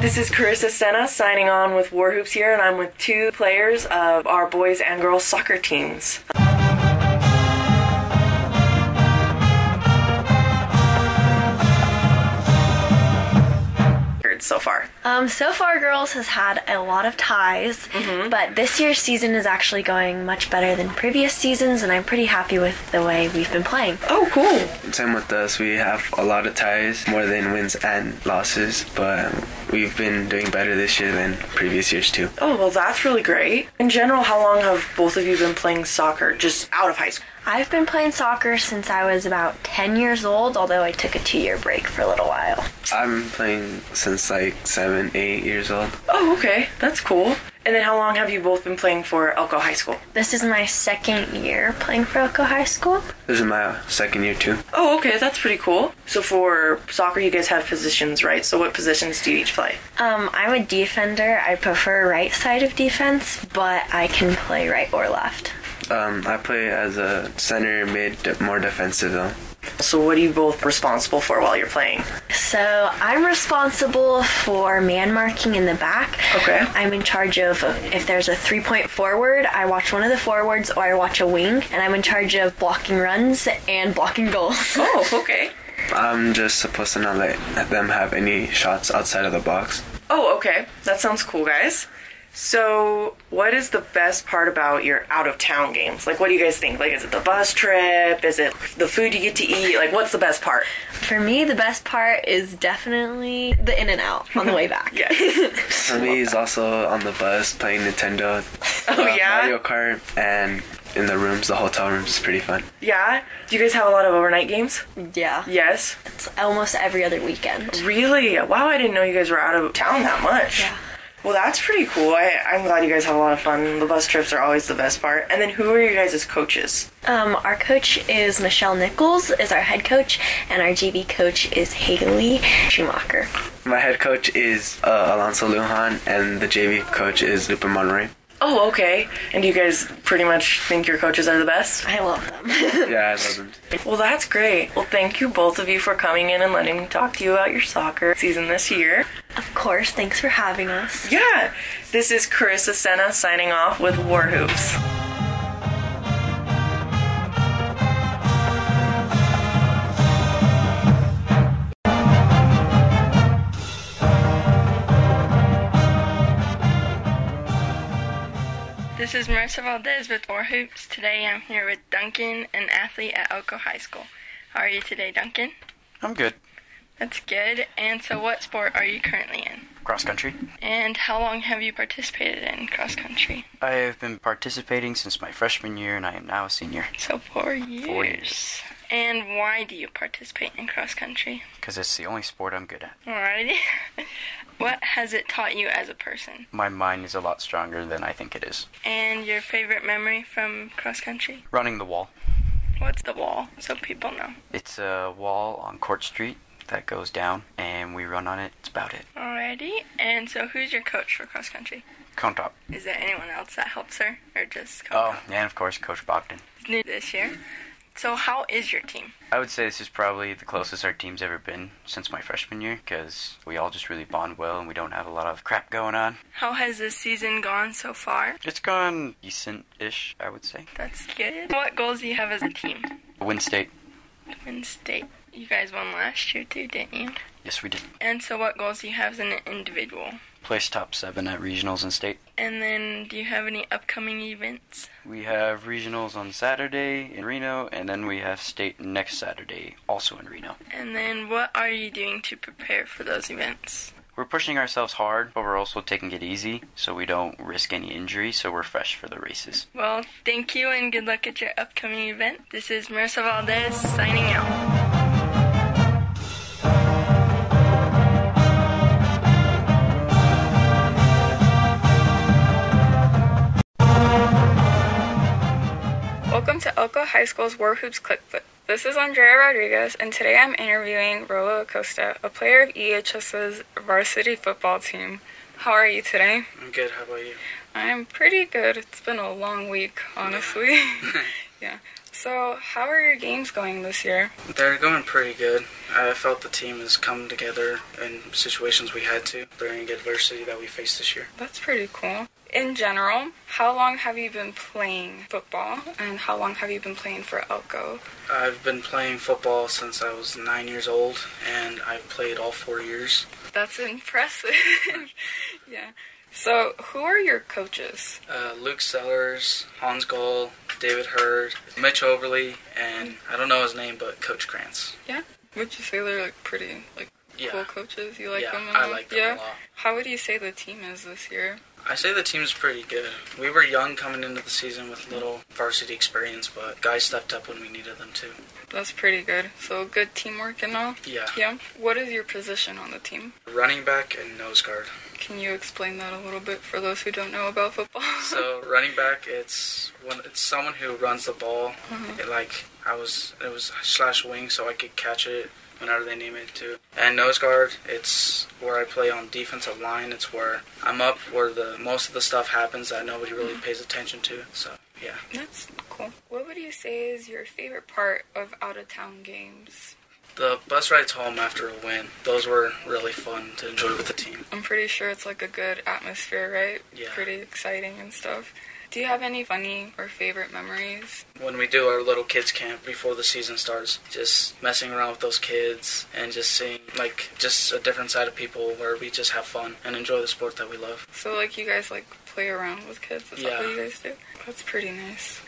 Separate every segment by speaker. Speaker 1: This is Carissa Senna signing on with War Hoops here, and I'm with two players of our boys and girls soccer teams. So far,
Speaker 2: Um, so far, girls has had a lot of ties,
Speaker 1: Mm-hmm.
Speaker 2: but this year's season is actually going much better than previous seasons, and I'm pretty happy with the way we've been playing.
Speaker 1: oh, cool.
Speaker 3: Same with us, we have a lot of ties, more than wins and losses, but we've been doing better this year than previous years too.
Speaker 1: Oh, well, that's really great. In general, how long have both of you been playing soccer just out of high school?
Speaker 2: I've been playing soccer since I was about 10 years old, although I took a two year break for a little while.
Speaker 3: I've been playing since like seven, eight years old.
Speaker 1: Oh, okay, that's cool. And then how long have you both been playing for Elko High School?
Speaker 2: This is my second year playing for Elko High School.
Speaker 3: This is my second year too.
Speaker 1: Oh, okay, that's pretty cool. So for soccer, you guys have positions, right? So what positions do you each play?
Speaker 2: Um, I'm a defender. I prefer right side of defense, but I can play right or left.
Speaker 3: Um, I play as a center mid, more defensive though.
Speaker 1: So what are you both responsible for while you're playing?
Speaker 2: So I'm responsible for man marking in the back.
Speaker 1: Okay.
Speaker 2: I'm in charge of if there's a three point forward, I watch one of the forwards or I watch a wing, and I'm in charge of blocking runs and blocking goals.
Speaker 1: Oh, okay.
Speaker 3: I'm just supposed to not let them have any shots outside of the box.
Speaker 1: Oh, okay. That sounds cool, guys. So, what is the best part about your out of town games? Like, what do you guys think? Like, is it the bus trip? Is it the food you get to eat? Like, what's the best part?
Speaker 2: For me, the best part is definitely the in and out on the way back.
Speaker 1: Yeah.
Speaker 3: For me, he's also on the bus playing Nintendo.
Speaker 1: Oh,
Speaker 3: uh,
Speaker 1: yeah?
Speaker 3: Mario Kart and in the rooms, the hotel rooms is pretty fun.
Speaker 1: yeah? Do you guys have a lot of overnight games?
Speaker 2: Yeah.
Speaker 1: Yes.
Speaker 2: It's almost every other weekend.
Speaker 1: Really? Wow, I didn't know you guys were out of town that much.
Speaker 2: Yeah.
Speaker 1: Well, that's pretty cool. I, I'm glad you guys have a lot of fun. The bus trips are always the best part. And then, who are you guys' coaches?
Speaker 2: Um, our coach is Michelle Nichols, is our head coach, and our GB coach is Haley Schumacher.
Speaker 3: My head coach is uh, Alonso Lujan, and the JV coach is Lupa Monroy.
Speaker 1: Oh, okay. And do you guys pretty much think your coaches are the best?
Speaker 2: I love them.
Speaker 3: Yeah, I love him.
Speaker 1: Well, that's great. Well, thank you both of you for coming in and letting me talk to you about your soccer season this year.
Speaker 2: of course, thanks for having us.
Speaker 1: Yeah, this is Carissa Senna signing off with War Hoops.
Speaker 4: This is Marissa Valdez with War Hoops. Today I'm here with Duncan, an athlete at Elko High School. How are you today, Duncan?
Speaker 5: I'm good.
Speaker 4: That's good. And so, what sport are you currently in?
Speaker 5: Cross country.
Speaker 4: And how long have you participated in cross country?
Speaker 5: I have been participating since my freshman year and I am now a senior
Speaker 4: So, four years.
Speaker 5: Four years.
Speaker 4: And why do you participate in cross country?
Speaker 5: because it's the only sport I'm good at.
Speaker 4: Alrighty. what has it taught you as a person?
Speaker 5: My mind is a lot stronger than I think it is.
Speaker 4: And your favorite memory from cross country?
Speaker 5: Running the wall.
Speaker 4: What's the wall? So people know.
Speaker 5: It's a wall on Court Street that goes down and we run on it. It's about it.
Speaker 4: Alrighty. And so, who's your coach for cross country?
Speaker 5: Cone top.
Speaker 4: Is there anyone else that helps her, or just Coco?
Speaker 5: Oh, and of course, Coach Bogdan.
Speaker 4: It's new this year. So how is your team?
Speaker 5: I would say this is probably the closest our team's ever been since my freshman year because we all just really bond well and we don't have a lot of crap going on.
Speaker 4: How has this season gone so far?
Speaker 5: It's gone decent ish, I would say.
Speaker 4: That's good. What goals do you have as a team?
Speaker 5: Win state.
Speaker 4: Win state. You guys won last year too, didn't you?
Speaker 5: Yes, we did.
Speaker 4: And so what goals do you have as an individual?
Speaker 5: Place top seven at regionals and state.
Speaker 4: And then do you have any upcoming events?
Speaker 5: We have regionals on Saturday in Reno, and then we have state next Saturday, also in Reno.
Speaker 4: And then what are you doing to prepare for those events?
Speaker 5: We're pushing ourselves hard, but we're also taking it easy so we don't risk any injury, so we're fresh for the races.
Speaker 4: Well, thank you and good luck at your upcoming event. This is Marissa Valdez signing out.
Speaker 6: Welcome to Elko High School's War Hoops Clickfoot. This is Andrea Rodriguez, and today I'm interviewing Rolo Acosta, a player of EHS's varsity football team. How are you today?
Speaker 7: I'm good. How about you?
Speaker 6: I'm pretty good. It's been a long week, honestly. yeah. So, how are your games going this year?
Speaker 7: They're going pretty good. I felt the team has come together in situations we had to during adversity that we faced this year.
Speaker 6: That's pretty cool. In general, how long have you been playing football and how long have you been playing for Elko?
Speaker 7: I've been playing football since I was nine years old, and I've played all four years.
Speaker 6: That's impressive. yeah. So, who are your coaches?
Speaker 7: Uh, Luke Sellers, Hans Goll, David Hurd, Mitch Overly, and I don't know his name, but Coach Krantz.
Speaker 6: Yeah. Would you say they're like pretty like
Speaker 7: Yeah,
Speaker 6: cool coaches? You like
Speaker 7: yeah,
Speaker 6: them? and
Speaker 7: I
Speaker 6: all?
Speaker 7: like them
Speaker 6: yeah?
Speaker 7: a lot.
Speaker 6: How would you say the team is this year?
Speaker 7: I say the team's pretty good. We were young coming into the season with little varsity experience, but guys stepped up when we needed them to.
Speaker 6: That's pretty good. So, good teamwork and all.
Speaker 7: Yeah.
Speaker 6: Yeah. What is your position on the team?
Speaker 7: Running back and nose guard.
Speaker 6: Can you explain that a little bit for those who don't know about football?
Speaker 7: So running back, it's when it's someone who runs the ball. It, like I was, it was slash wing, so I could catch it whenever they need me to. And nose guard, it's where I play on defensive line. It's where I'm up, where the most of the stuff happens that nobody really pays attention to. So yeah,
Speaker 6: That's cool. What would you say is your favorite part of out of town games?
Speaker 7: the bus rides home after a win. Those were really fun to enjoy with the team.
Speaker 6: I'm pretty sure it's like a good atmosphere, right?
Speaker 7: Yeah.
Speaker 6: Pretty exciting and stuff. Do you have any funny or favorite memories?
Speaker 7: When we do our little kids camp before the season starts, just messing around with those kids and just seeing like just a different side of people where we just have fun and enjoy the sport that we love.
Speaker 6: So like you guys like play around with kids? Is that
Speaker 7: Yeah.
Speaker 6: what you guys do? That's pretty nice.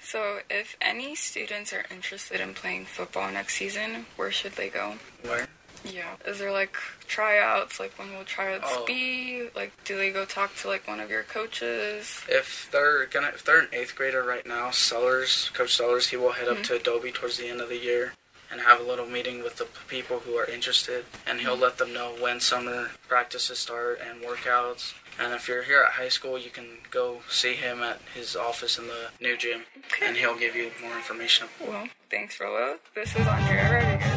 Speaker 6: so if any students are interested in playing football next season, where should they go?
Speaker 7: Where?
Speaker 6: Yeah. Is there like tryouts? Like when will tryouts
Speaker 7: Oh.
Speaker 6: be? Like do they go talk to like one of your coaches?
Speaker 7: If they're gonna if they're an eighth grader right now, Sellers, Coach Sellers, he will head up
Speaker 6: Mm-hmm.
Speaker 7: to Adobe towards the end of the year and have a little meeting with the p- people who are interested and
Speaker 6: Mm-hmm.
Speaker 7: he'll let them know when summer practices start and workouts. And if you're here at high school you can go see him at his office in the new gym and he'll give you more information
Speaker 6: Well, thanks, Rolo. This is Andrea Rodriguez.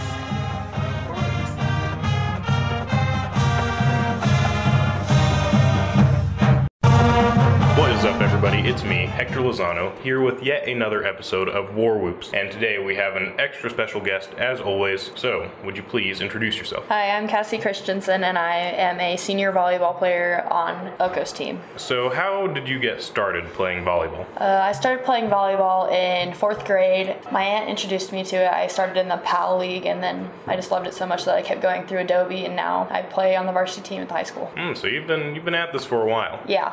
Speaker 8: What is up, everybody? It's me, Hector Lozano, here with yet another episode of War Whoops, and today we have an extra special guest, as always. So, would you please introduce yourself?
Speaker 9: Hi, I'm Cassie Christensen, and I am a senior volleyball player on Oko's team.
Speaker 8: So, how did you get started playing volleyball?
Speaker 9: Uh, I started playing volleyball in fourth grade. My aunt introduced me to it. I started in the PAL League, and then I just loved it so much that I kept going through Adobe, and now I play on the varsity team at the high school.
Speaker 8: Hmm, so you've been you've been at this for a while.
Speaker 9: Yeah.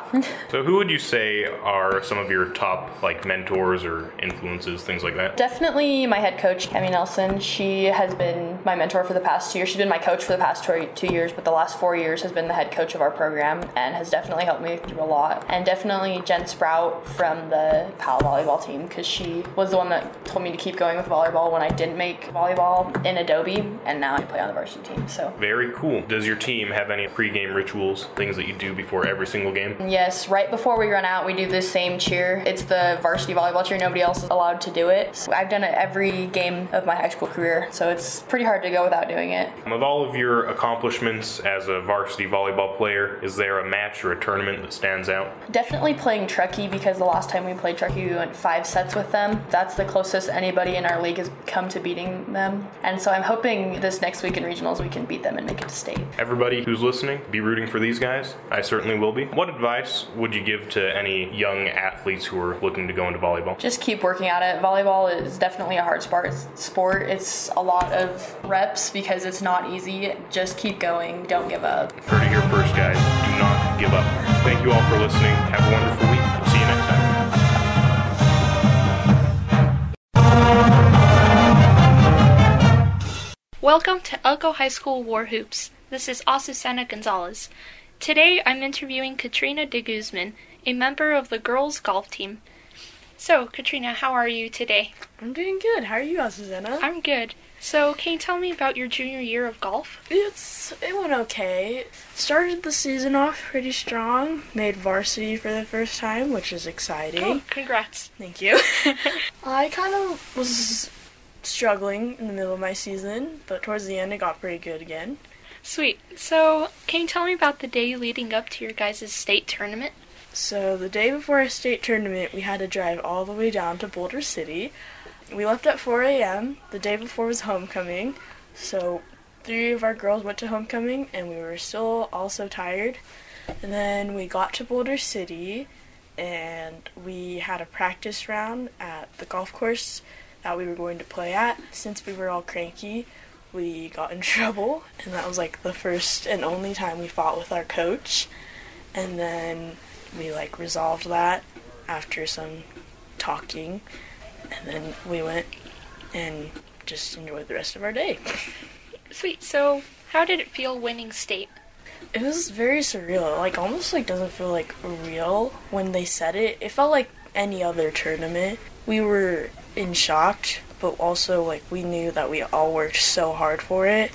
Speaker 8: So, who would you say are some of your top like mentors or influences, things like that?
Speaker 9: Definitely my head coach, Emmy Nelson. She has been my mentor for the past two years. She's been my coach for the past two two years, but the last four years has been the head coach of our program and has definitely helped me through a lot. And definitely Jen Sprout from the PAL volleyball team because she was the one that told me to keep going with volleyball when I didn't make volleyball in Adobe, and now I play on the varsity team. So.
Speaker 8: Very cool. Does your team have any pregame rituals, things that you do before every single game?
Speaker 9: Yes, right before we run out, we do the same cheer. It's the varsity volleyball cheer. Nobody else is allowed to do it. So I've done it every game of my high school career, so it's pretty hard to go without doing it.
Speaker 8: Of all of your accomplishments as a varsity volleyball player, is there a match or a tournament that stands out?
Speaker 9: Definitely playing Truckee because the last time we played Truckee, we went five sets with them. That's the closest anybody in our league has come to beating them. And so I'm hoping this next week in regionals, we can beat them and make it to state.
Speaker 8: Everybody who's listening, be rooting for these guys. I certainly will be. What advice would you give to any young athletes who are looking to go into volleyball?
Speaker 9: Just keep working at it. Volleyball is definitely a hard sport. Sport. It's a lot of reps because it's not easy. Just keep going. Don't give up.
Speaker 8: Heard it here first, guys. Do not give up. Thank you all for listening. Have a wonderful week. We'll see you next time.
Speaker 10: Welcome to Elko High School War Hoops. This is Asusana Gonzalez. Today I'm interviewing Katrina de Guzman, a member of the girls' golf team. So, Katrina, how are you today?
Speaker 11: I'm doing good. How are you, Susanna?
Speaker 10: I'm good. So, can you tell me about your junior year of golf?
Speaker 11: It's it went okay. Started the season off pretty strong. Made varsity for the first time, which is exciting.
Speaker 10: Oh, congrats.
Speaker 11: Thank you. I kind of was struggling in the middle of my season, but towards the end it got pretty good again.
Speaker 10: Sweet. So, can you tell me about the day leading up to your guys' state tournament?
Speaker 11: So the day before our state tournament, we had to drive all the way down to Boulder City. We left at 4 a.m. The day before was homecoming, so three of our girls went to homecoming, and we were still all so tired. And then we got to Boulder City, and we had a practice round at the golf course that we were going to play at. Since we were all cranky, we got in trouble, and that was like the first and only time we fought with our coach. And then we like resolved that after some talking, and then we went and just enjoyed the rest of our day.
Speaker 10: Sweet. So, how did it feel winning state?
Speaker 11: It was very surreal. It, Like almost like doesn't feel like real when they said it. It felt like any other tournament. We were in shock, but also like we knew that we all worked so hard for it.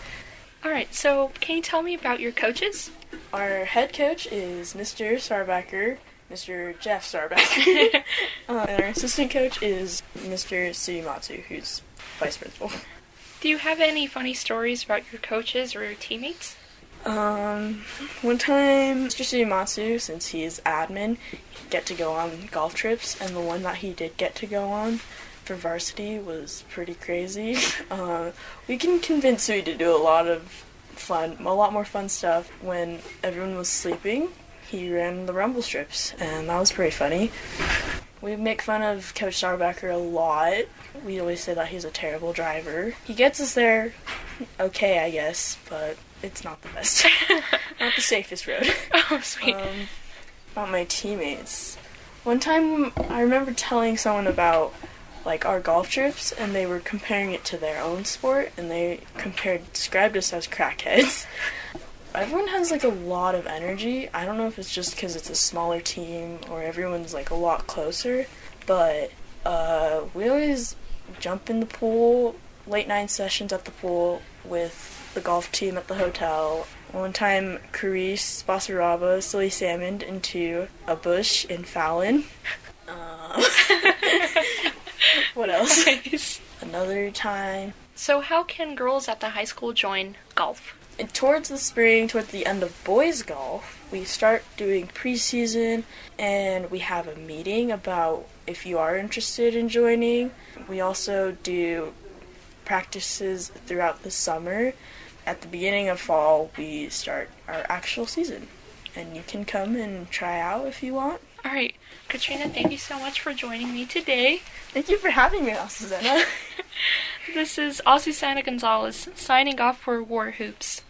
Speaker 10: All right. So, can you tell me about your coaches?
Speaker 11: Our head coach is Mr. Sarbacker, Mr. Jeff Sarbacker, uh, and our assistant coach is Mr. Sumatsu, who's vice principal.
Speaker 10: Do you have any funny stories about your coaches or your teammates?
Speaker 11: Um, one time, Mr. Sumatsu, since he is admin, get to go on golf trips, and the one that he did get to go on for varsity was pretty crazy. Uh, we can convince Sui to do a lot of fun, a lot more fun stuff when everyone was sleeping. He ran the rumble strips, and that was pretty funny. We make fun of Coach Starbacker a lot. We always say that he's a terrible driver. He gets us there okay, I guess, but it's not the best. not the safest road.
Speaker 10: Oh, sweet.
Speaker 11: Um, about my teammates. One time, I remember telling someone about like our golf trips, and they were comparing it to their own sport, and they compared described us as crackheads. Everyone has like a lot of energy. I don't know if it's just because it's a smaller team or everyone's like a lot closer, but uh, we always jump in the pool, late night sessions at the pool with the golf team at the hotel. One time, Carice, Basaraba, Silly Salmoned into a bush in Fallon. Uh, what else? Another time.
Speaker 10: So, how can girls at the high school join golf?
Speaker 11: And towards the spring, towards the end of boys' golf, we start doing preseason and we have a meeting about if you are interested in joining. We also do practices throughout the summer. At the beginning of fall, we start our actual season. And you can come and try out if you want.
Speaker 10: All right, Katrina, thank you so much for joining me today.
Speaker 11: Thank you for having me, Susana.
Speaker 10: This is Asusana Gonzalez signing off for War Hoops.